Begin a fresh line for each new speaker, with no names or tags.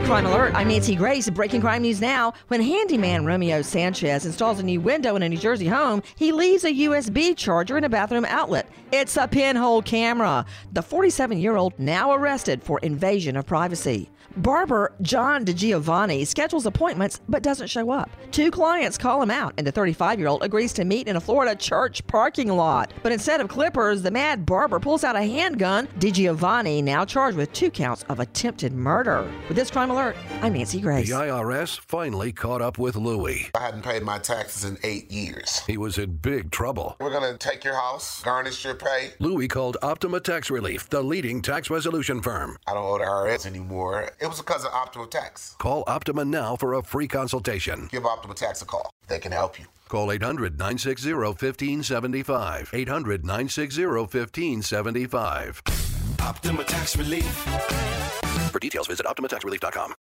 Crime Alert. I'm Nancy Grace. Breaking crime news now. When handyman Romeo Sanchez installs a new window in a New Jersey home, he leaves a USB charger in a bathroom outlet. It's a pinhole camera. The 47 year old now arrested for invasion of privacy. Barber John DiGiovanni schedules appointments but doesn't show up. Two clients call him out, and the 35 year old agrees to meet in a Florida church parking lot. But instead of clippers, the mad barber pulls out a handgun. DiGiovanni now charged with two counts of attempted murder. With this crime alert, I'm Nancy Grace.
The IRS finally caught up with Louie.
I hadn't paid my taxes in eight years.
He was in big trouble.
We're going to take your house, garnish your pay.
Louie called Optima Tax Relief, the leading tax resolution firm.
I don't owe the IRS anymore. It was because of Optimal Tax.
Call Optima now for a free consultation.
Give Optimal Tax a call. They can help you.
Call 800 960 1575. 800 960 1575.
Optima Tax Relief.
For details, visit OptimaTaxRelief.com.